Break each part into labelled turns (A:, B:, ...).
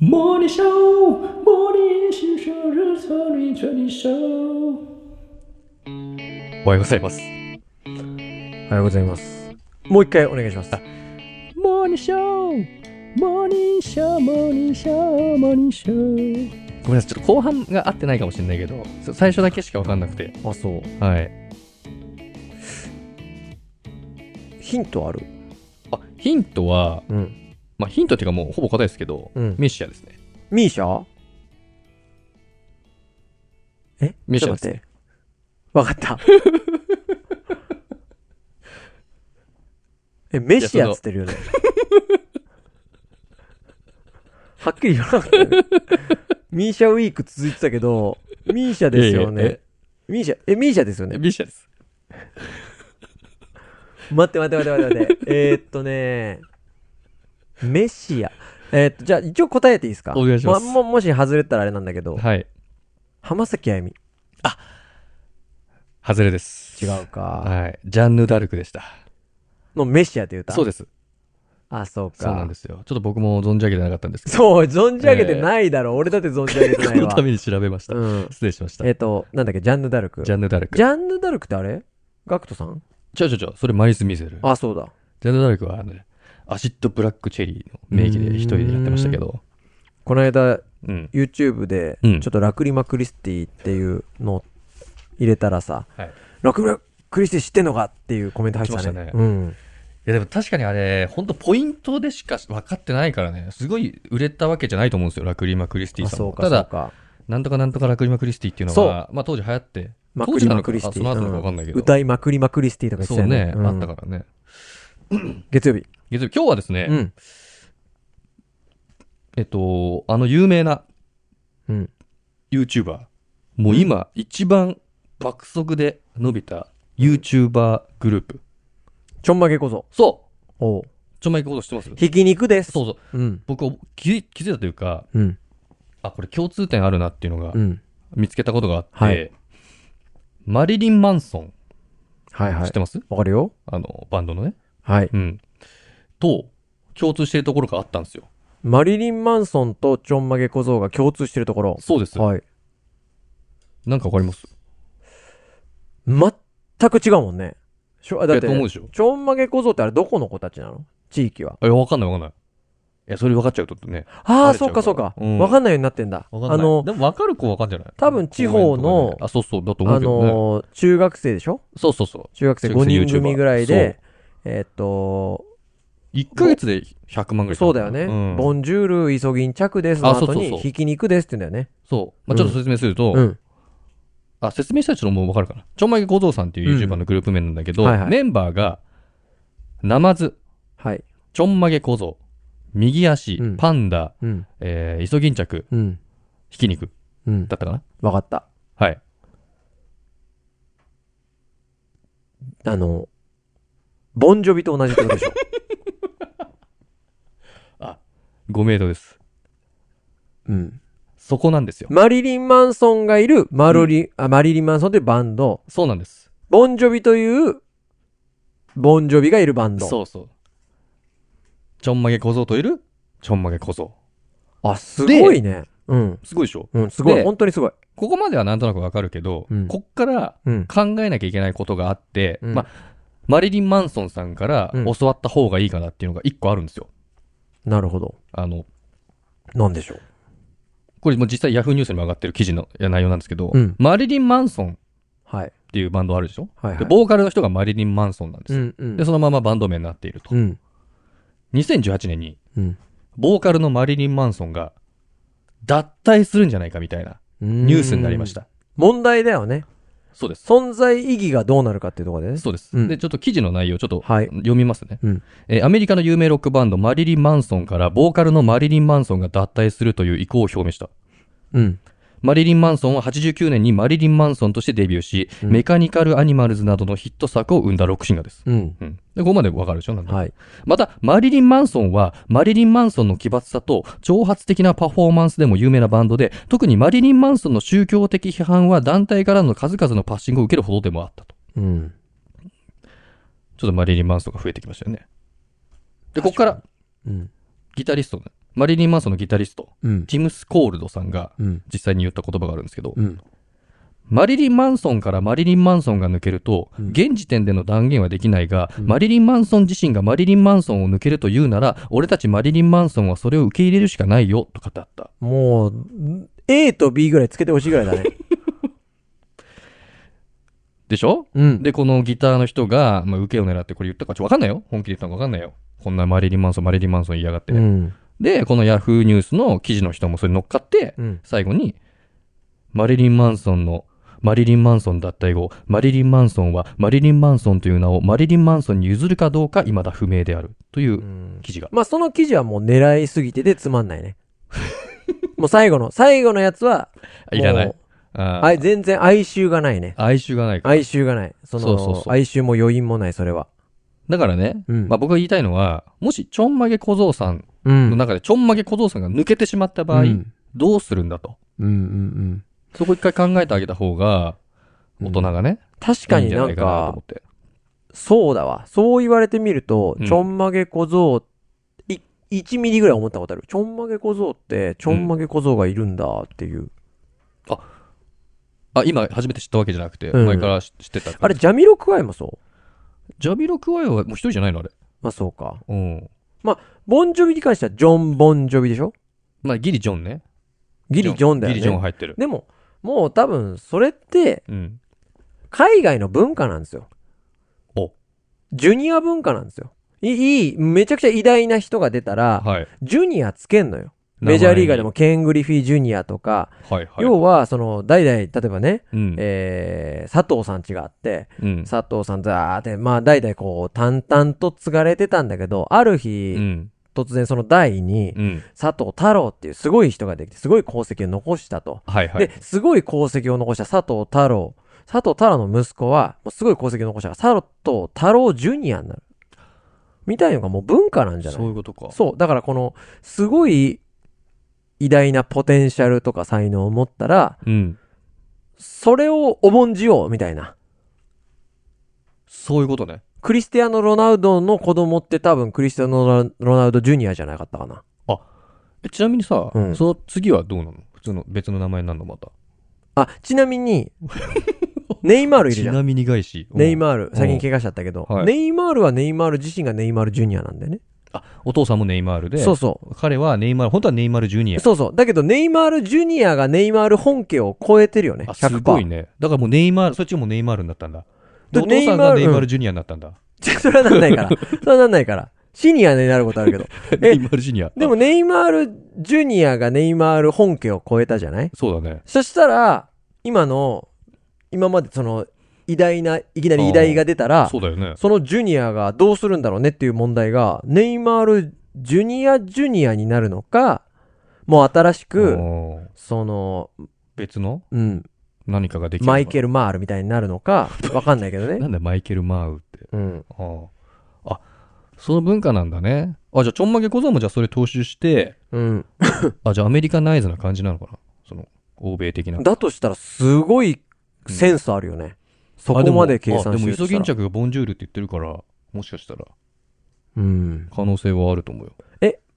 A: モーニーショーモーニーショールソニーチョニーショーおはようございます。
B: おはようございます。もう一回お願いします。
A: モーニーショーモーニーショーモーニーショーモーニーショーごめんなさい、ちょっと後半が合ってないかもしれないけど、そ最初だけしかわかんなくて。
B: あ、そう。
A: はい。
B: ヒントある
A: あ、ヒントは、
B: うん。
A: まあヒントっていうかもうほぼ答えですけど、
B: うん
A: ミッシャーですね。
B: ミーシャえ
A: ミーシ
B: ち
A: ャ
B: ょ
A: で
B: っ
A: す
B: と待って。わか った。え、メシアっつってるよね。 はっきり言わなかったよね。ミーシャウィーク続いてたけど、ミーシャですよね。
A: いやいや
B: ミーシャ、え、ミーシャですよね。
A: ミッシャーです。
B: 待って待って待って待 って。えーっとね、メシア。えーっと、じゃあ一応答えていいですか
A: お願いします
B: も、もし外れたらあれなんだけど、
A: はい。
B: 浜崎あゆみ。
A: 外れです。
B: 違うか。
A: はい。ジャンヌ・ダルクでした。
B: のメシアって歌。
A: そう
B: で
A: です。
B: あ、そうか。
A: そうなんですよ。ちょっと僕も存じ上げてなかったんですけど、
B: そう、存じ上げてないだろ。俺だって存じ上げてな
A: こ
B: い
A: の
B: わ
A: た。めに調べました。
B: うん。
A: 失礼しました
B: え。っと、なんだっけ、ジャンヌ・ダルク。
A: ジャンヌ・ダルク。
B: ジャンヌ・ダルクってあれガクトさん
A: ちょちょちょ、それマリス・ミゼル。
B: あ、そうだ。
A: ジャンヌ・ダルクは、あのね、アシッド・ブラック・チェリーの名義で一人でやってましたけど、
B: この間、
A: うん。
B: YouTube で、
A: う
B: ち
A: ん
B: ょっとラクリマ・クリスティっていうのを入れたらさ、
A: はい。い
B: ラクリマ・クリスティ知ってんのかっていうコメント入ってたね。
A: 来ました
B: うん。
A: や、でも確かにあれ、本当ポイントでしか分かってないからね、すごい売れたわけじゃないと思うんですよ、ラクリマ・クリスティ
B: あ、
A: さん
B: そう
A: も。
B: か、
A: た
B: そう
A: だ、
B: か。
A: なんとかなんとかラクリマ・クリスティっていうのが、まあ当時流行って、
B: マ
A: 当
B: ク
A: 時
B: リ
A: な
B: マ・
A: のか
B: クリスティ。
A: あその後なのか分かんないけど
B: う歌いまくりまくりスティとか言っ
A: そ
B: てた
A: う
B: よ
A: ね、
B: うん
A: あったからね。
B: 月曜日。
A: 月曜日今日はですね、
B: うん。
A: えっと、あの有名な
B: うん。
A: YouTuber、もう今、一番爆速で伸びた YouTuber グループ。
B: ちょんまげこそ。
A: そう
B: おう
A: ちょまいこと知ってますそう
B: ひき肉です。
A: そう。
B: うん。
A: 僕気、気づいたというか、
B: うん。
A: あ、これ共通点あるなっていうのが
B: うん。
A: 見つけたことがあって、
B: はい
A: マリリン・マンソン、
B: はいは
A: 知っ
B: い
A: て。ます
B: わかるよ。
A: あの、バンドのね。
B: はい。
A: うん。と、共通しているところがあったんですよ。
B: マリリン・マンソンとちょんまげ小僧が共通してるところ。
A: そうです。
B: はい。
A: なんかわかります
B: 全く違うもんね。しょあだっ
A: いやと思うで
B: て、
A: しょ
B: ちょんまげ小僧ってあれどこの子たちなの地域は。
A: いや、わかんないわかんない。いや、それ分かっちゃうとね。
B: あ
A: バ
B: あ、
A: レちゃ
B: そうう
A: から
B: かそうか。
A: うん
B: わかんないようになってんだ。
A: わかんない。
B: あの、
A: でも分かる子わかんじゃない
B: 多分地方の
A: 公園とかであ、そうそう、だと思
B: あ
A: うけど、ね。
B: のー中学生でしょ
A: そうそうそう。
B: 中学生
A: 中学生
B: 5人組
A: YouTuber
B: ぐらいで、えーっと、
A: 1ヶ月で100万ぐらい。
B: そうだよね。
A: うん
B: ボンジュール、イソギンチャクですの
A: あそうそ
B: 後
A: うそう
B: に、ひき肉ですって言うんだよね。
A: そう。まあ、ちょっと説明すると、
B: うん。
A: あ、説明したらちょっともうわかるかな。ちょんまげ小僧さんっていう YouTuber のグループ名なんだけど、
B: うんはいはい
A: メンバーが、ナマズ、
B: はい。
A: ちょんまげ小僧、右足、
B: うん
A: パンダ、
B: うん。
A: えー、イソギンチャク、
B: うん。
A: ひき肉
B: うん。
A: だったかな。
B: わかった。
A: はい。
B: あの、ボンジョビと同じってことで しょ。
A: 5名度です。
B: うん。
A: そこなんですよ。
B: マリリン・マンソンがいるマロリ、あマリリン・マンソンというバンド、
A: そうなんです。
B: ボンジョビという、ボンジョビがいるバンド。
A: そうそう。ちょんまげ小僧といる、ちょんまげ小僧。
B: あ、すごいね。うん。
A: すごいでしょ
B: うん、すごい。
A: で
B: 本当にすごい。
A: ここまではなんとなくわかるけど、
B: うん
A: こっから
B: うん。
A: 考えなきゃいけないことがあって、
B: うん
A: まあ、マリリン・マンソンさんから
B: うん
A: 教わった方がいいかなっていうのが一個あるんですよ。
B: なるほど。
A: あの、
B: なんでしょう。
A: これもう実際ヤフーニュースにも上がってる記事のいや内容なんですけど、
B: うん
A: マリリン・マンソンっ
B: はい。
A: ていうバンドあるでしょ、
B: はい、は
A: で
B: い。
A: ボーカルの人がマリリン・マンソンなんです
B: う
A: よ、
B: ん、うん。
A: で、そのままバンド名になっていると。
B: うん。
A: 2018年に、
B: うん。
A: ボーカルのマリリン・マンソンが脱退するんじゃないかみたいなニ
B: ニ
A: ュースになりまし。た。
B: 問題だよね。
A: そうです。
B: 存在意義がどうなるかっていうところでね。
A: そうです、
B: うん
A: で、ちょっと記事の内容、ちょっと
B: はい
A: 読みますね、
B: うん
A: えーアメリカの有名ロックバンド、マリリン・マンソンから、ボーカルのマリリン・マンソンが脱退するという意向を表明した。
B: うん。
A: マリリン・マンソンは89年にマリリン・マンソンとしてデビューし、
B: うん
A: メカニカル・アニマルズなどのヒット作を生んだロックシンガーです。
B: うん。
A: うん、でここまでわかるでしょなんとなく
B: はい。
A: また、マリリン・マンソンは、マリリン・マンソンの奇抜さと、挑発的なパフォーマンスでも有名なバンドで、特にマリリン・マンソンの宗教的批判は団体からの数々のパッシングを受けるほどでもあったと。
B: うん。
A: ちょっとマリリン・マンソンが増えてきましたよね。で、ここから
B: うん。
A: ギタリストのマリリン・マンソンのギタリスト、
B: うん。
A: ジムス・コールドさんが
B: うん。
A: 実際に言った言葉があるんですけど、
B: うん。
A: マリリン・マンソンからマリリン・マンソンが抜けると、
B: うん
A: 現時点での断言はできないが、
B: うん
A: マリリン・マンソン自身がマリリン・マンソンを抜けるというなら、俺たちマリリン・マンソンはそれを受け入れるしかないよ、と語った。
B: もう、A と B ぐらいつけてほしいぐらいだね。
A: でしょ
B: うん。
A: で、このギターの人が、まあ、受けを狙ってこれ言ったか、ちょ、わかんないよ。本気で言ったのかわかんないよ。こんなマリリン・マンソン、マリリン・マンソン言いやがって。
B: うん。
A: で、このヤフーニュースの記事の人もそれに乗っかって、
B: うん。
A: 最後に、マリリン・マンソンの、マリリン・マンソン脱退後、マリリン・マンソンは、マリリン・マンソンという名をマリリン・マンソンに譲るかどうか未だ不明である。といううん記事が。
B: まあ、その記事はもう狙いすぎてでつまんな いね。もう最後の、最後のやつは、
A: いらない
B: も。。
A: うあ
B: あ
A: ー
B: い全然哀愁がないね。
A: 哀愁がないから。
B: 哀愁がない。その、
A: そうそうそう
B: 哀愁も余韻もない、それは。
A: だからね、
B: うん
A: まあ僕が言いたいのは、もしちょんまげ小僧さん
B: うん。
A: の中でちょんまげ小僧さんが抜けてしまった場合、
B: うん、
A: どうするんだと。
B: うん、うんうん。
A: そこ一回考えてあげた方が、
B: うん
A: 大人がね、
B: 確か
A: いいん
B: に
A: じゃ
B: な
A: なんいかなと
B: か
A: 思、って。
B: そうだわ。そう言われてみると、
A: うん
B: ちょんまげ小僧、い、1ミリぐらい思ったことある。ちょんまげ小僧って、ちょんまげ小僧がいるんだっていう。
A: あ、今初めて知ったわけじゃなくて、
B: うん
A: 前から知知ってた。
B: あれ、ジャミロクワイもそう
A: ジャビロクワイはもう一人じゃないのあれ。
B: まあそうか。
A: うん。
B: ボンジョビに関しては、ジョン・ボンジョビでしょ
A: まあギリジョンね。
B: ギリ・ジョンだよね。
A: ギリジョン入ってる。
B: でも、もう多分、それって、
A: うん。
B: 海外の文化なんですよ。
A: お
B: ジュニア文化なんですよ。いいい、めちゃくちゃ偉大な人が出たら、
A: はい。
B: ジュニアつけんのよ。メジャーリーガーでもケン・グリフィー・ジュニアとか、
A: 名前に。はいはい。
B: 要は、その、代々、例えばね、
A: うん。
B: えー、佐藤さん家があって、
A: うん。
B: 佐藤さんザーって、まあ、代々こう、淡々と継がれてたんだけど、ある日、
A: うん。
B: 突然その代に
A: う、ん。
B: 佐藤太郎っていうすごい人ができて、すごい功績を残したと。
A: はいはい。
B: で、すごい功績を残した佐藤太郎。佐藤太郎の息子は、もうすごい功績を残したから、佐藤太郎ジュニアになる。みたいのがもう文化なんじゃない
A: そういうことか。
B: そう。だからこの、すごい偉大なポテンシャルとか才能を持ったら、
A: うん。
B: それを重んじよう、みたいな。
A: そういうことね。
B: クリスティアーノ・ロナウドの子供って多分クリスティアーノ・ロナウド・ジュニアじゃなかったかな。
A: えちなみにさ、
B: うん
A: その次はどうなの普通の別の名前になるのまた。
B: あ、ちな みに、ネイマールいる
A: ち
B: じゃん。
A: なみに返し。
B: ネイ
A: ー
B: マール、最近怪我しちゃったけど、
A: はい
B: ネイマールはネイマール自身がネイマールジュニアなんだよね。
A: お父さんもネイマールで。
B: そうそう。
A: 彼はネイマール、本当はネイマールジュニア。
B: そうそう。だけど、ネイマールジュニアがネイマール本家を超えてるよね。
A: あ
B: 100%。
A: すごいね。だからもうネイマール、そっちがもうネイマールになったんだ。で
B: で
A: お父さん
B: ネイマー
A: が
B: ル
A: ネイマールジュニアになったんだ。
B: それはな んないから。それはなんないから。シニアになることあるけど。
A: ネイマールジュニア。
B: でも、ネイマールジュニアがネイマール本家を超えたじゃない
A: そうだね。
B: そしたら、今の、今までその、偉大な、いきなり偉大が出たら
A: そ、うだよね。
B: そのジュニアがどうするんだろうねっていう問題が、ネイマールジュニアジュニアになるのか、もう新しく、
A: おー
B: その、
A: 別の
B: うん、
A: 何かができるのかな。
B: マイケル・マールみたいになるのか、わかんないけ どね
A: な。んだよマイケル・マウって。
B: うん。
A: ああ。あ、その文化なんだね。あ、じゃあ、ちょんまげ小僧もじゃあそれ踏襲して、
B: うん。
A: あ、じゃあアメリカナイズな感じなのかなその、欧米的な。
B: だとしたら、すごいセンスあるよね。そ
A: あ
B: こ
A: でも
B: まで計算
A: あ
B: し
A: で
B: て
A: も、
B: る
A: イソギンチャクがボンジュールって言ってるから、もしかしたら、
B: うん。
A: 可能性はあると思うよ。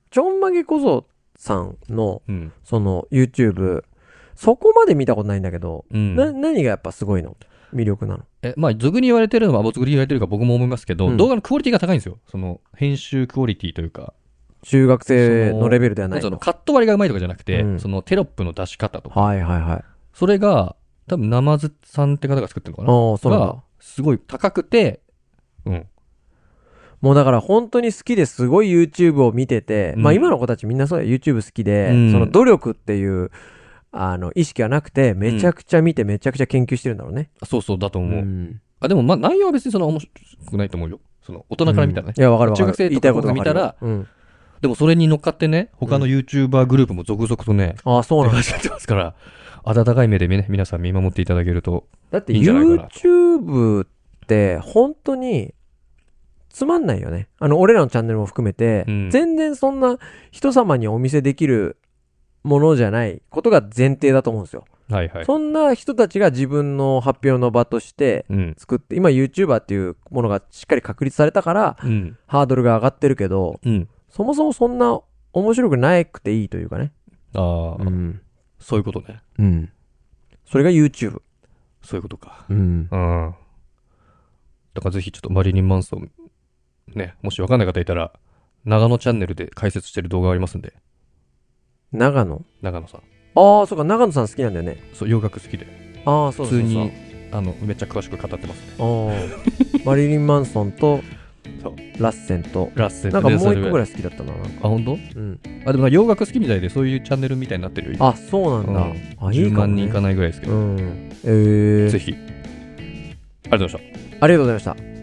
B: ちょんまげ小僧さんの、
A: うん。
B: その、YouTube、そこまで見たことないんだけど、
A: うん。
B: な、何がやっぱすごいの魅力なの
A: え、まあ、俗に言われてるのは、まあ、俗に言われてるか僕も思いますけど、
B: うん
A: 動画のクオリティが高いんですよ。その、編集クオリティというか、
B: 中学生のレベルではない
A: その
B: の。
A: カット割りがうまいとかじゃなくて、
B: うん
A: そのテロップの出し方とか、
B: はいはいはい。あ
A: それが、多分、ナマズさんって方が作ってるのか
B: あ
A: な
B: ー、そうなんだ
A: が。、すごい高くて、うん。
B: もうだから本当に好きですごい YouTube を見てて、
A: うん
B: まあ今の子たちみんなそうだよ YouTube 好きで、
A: うん
B: その努力っていう、あの、意識がなくて、めちゃくちゃ見て、めちゃくちゃ研究してるんだろうね。
A: そうそう、だと
B: う
A: 思う。
B: ん。
A: あ、でも、まあ、内容は別にそんな面白くないと思うよ。その、大人から見たらね。
B: いや、わかるわかる。
A: 中学生
B: 言
A: と
B: いた
A: か
B: いことがわかる
A: 見たら
B: うん。
A: でも、それに乗っかってね、他の YouTuber グループも続々とね、
B: ああ、そうなんだ。
A: 始まってますから、温かい目でね、皆さん見守っていただけると。
B: だって
A: いいんじゃないかな
B: YouTube って本当につまんないよね。あの、俺らのチャンネルも含めて、
A: うん
B: 全然そんな人様にお見せできるものじゃないことが前提だと思うんですよ。
A: はいはい。
B: そんな人たちが自分の発表の場として
A: うん。
B: 作って、今 YouTuber っていうものがしっかり確立されたから、
A: うん。
B: ハードルが上がってるけど、
A: うん。
B: そもそもそんな面白くなくていいというかね。
A: ああ、
B: うん。
A: そういうことね。
B: うん。それが YouTube。
A: そういうことか。
B: うん。
A: うん。だからぜひちょっとマリリン・マンソン、ね、もしわかんない方いたら、長野チャンネルで解説してる動画がありますんで、
B: 長野。
A: 長野さん。
B: ああ、そうか、長野さん好きなんだよね。
A: そう、洋楽好きで、
B: ああ、そう
A: 普
B: そうそう。
A: 通に、あの、めっちゃ詳しく語ってますね。
B: あ あマリリン・マンソンと
A: そう
B: ラッセンと
A: ラッセン
B: なんかもう一個ぐ
A: い。
B: らい好きだったななん
A: あ、
B: か
A: 本当？
B: うん
A: あ、でもなんか洋楽好きみたいで、そういうチャンネルみたいになってるよ。今
B: あそうなんだ、
A: うん
B: あいい
A: 10
B: かも、
A: 万
B: ね、
A: 人いかないぐらいですけ
B: う
A: ど、
B: んえー
A: ぜひ。ありがとうございました。
B: ありがとうございました